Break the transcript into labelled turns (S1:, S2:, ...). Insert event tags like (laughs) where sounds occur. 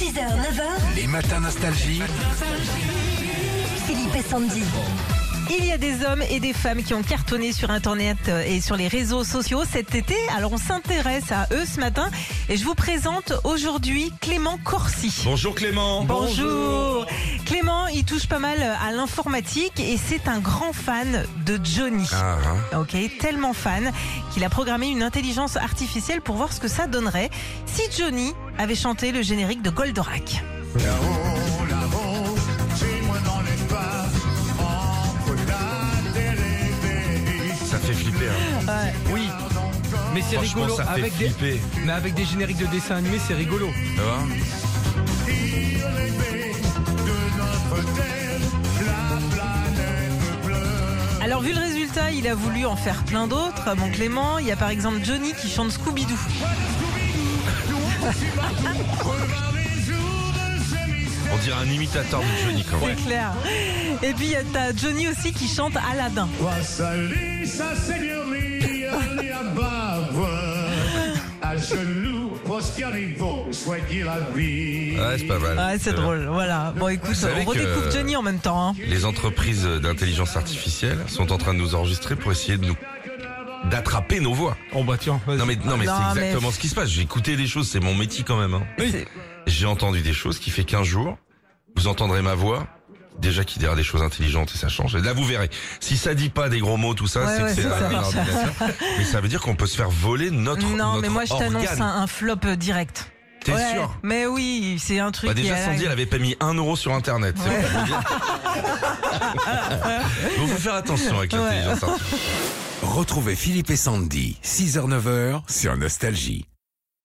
S1: 6h, 9h,
S2: Les matins nostalgie.
S1: Philippe et Sandy.
S3: Il y a des hommes et des femmes qui ont cartonné sur Internet euh, et sur les réseaux sociaux cet été. Alors on s'intéresse à eux ce matin et je vous présente aujourd'hui Clément Corsi.
S4: Bonjour Clément.
S3: Bonjour. Clément, il touche pas mal à l'informatique et c'est un grand fan de Johnny.
S2: Ah, hein.
S3: Ok, tellement fan qu'il a programmé une intelligence artificielle pour voir ce que ça donnerait si Johnny avait chanté le générique de Goldorak.
S5: Là-haut, là-haut, chez moi dans l'espace, entre la terre et les
S2: Ça fait flipper. hein.
S6: Oui, mais c'est
S2: Franchement,
S6: rigolo.
S2: ça fait
S6: Avec des...
S2: flipper.
S6: Mais avec des génériques de dessins animés, c'est rigolo.
S2: Tu vois
S3: Alors vu le résultat, il a voulu en faire plein d'autres. Mon Clément, il y a par exemple Johnny qui chante Scooby-Doo. (laughs)
S2: On dirait un imitateur de Johnny quand même.
S3: C'est clair. Et puis il y a t'as Johnny aussi qui chante Aladdin.
S5: Quoi salir sa seigneurie, allez à Bavre, à genoux, prosper et bon, soignez la vie.
S2: Ouais, c'est pas mal.
S3: Ouais, c'est
S2: Euh,
S3: drôle. Voilà. Bon, écoute,
S2: savez
S3: on redécouvre
S2: que-
S3: Johnny en même temps. hein.
S2: Les entreprises d'intelligence artificielle sont en train de nous enregistrer pour essayer de nous d'attraper nos voix.
S6: Oh bah tiens, vas-y.
S2: Non mais non mais
S3: Non,
S2: c'est
S3: mais-
S2: exactement ce qui se passe. J'ai écouté des choses, c'est mon métier quand même. hein.
S3: C'est-
S2: J'ai entendu des choses qui fait qu'un jour vous entendrez ma voix. Déjà qui dira des choses intelligentes et ça change. Et là vous verrez. Si ça dit pas des gros mots tout ça,
S3: Ouais,
S2: c'est
S3: ouais,
S2: que c'est
S3: c'est ça.
S2: un ordinateur.
S3: (laughs)
S2: Mais ça veut dire qu'on peut se faire voler notre
S3: Non, mais
S2: notre
S3: moi je t'annonce
S2: organe.
S3: un, un flop euh, direct.
S2: T'es
S3: Ouais,
S2: sûr
S3: Mais oui, c'est un truc.
S2: Bah
S3: qui
S2: déjà
S3: est-
S2: Sandy elle avait pas mis un euro sur internet. c'est pour vous dire.
S3: (laughs)
S2: Faut vous faire attention avec l'intelligence artificielle.
S7: Retrouvez Philippe et Sandy, 6h-9h, sur Nostalgie.